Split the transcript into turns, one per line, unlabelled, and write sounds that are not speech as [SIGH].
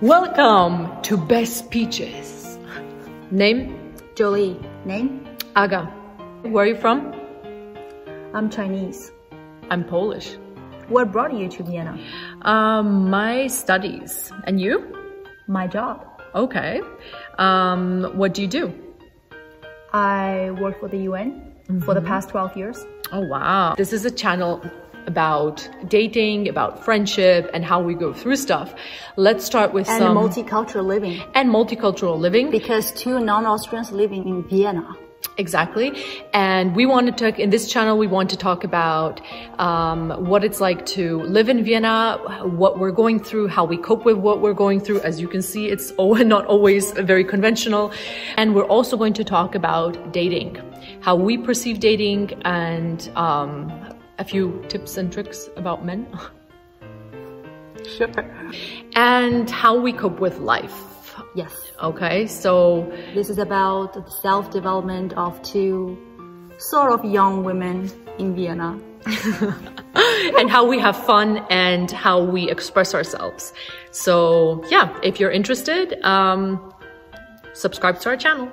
Welcome to Best Peaches. Name?
Jolie. Name?
Aga. Where are you from?
I'm Chinese.
I'm Polish.
What brought you to Vienna?
Um, my studies. And you?
My job.
Okay. Um, what do you do?
I work for the UN for the past 12 years.
Oh, wow. This is a channel about dating, about friendship, and how we go through stuff. Let's start with
And
some.
multicultural living.
and multicultural living.
Because two non-Austrians living in Vienna.
Exactly. And we want to talk in this channel, we want to talk about um, what it's like to live in Vienna, what we're going through, how we cope with what we're going through. As you can see, it's [LAUGHS] al- not always very conventional. And we're also going to talk about dating, how we perceive dating, and um, a few tips and tricks about men,
Sure.
and how we cope with life.
Yes.
Okay, so
This is about the self-development of two sort of young women in Vienna.
and how we have fun and how we express ourselves. So, yeah, if you're interested, um, subscribe to our channel.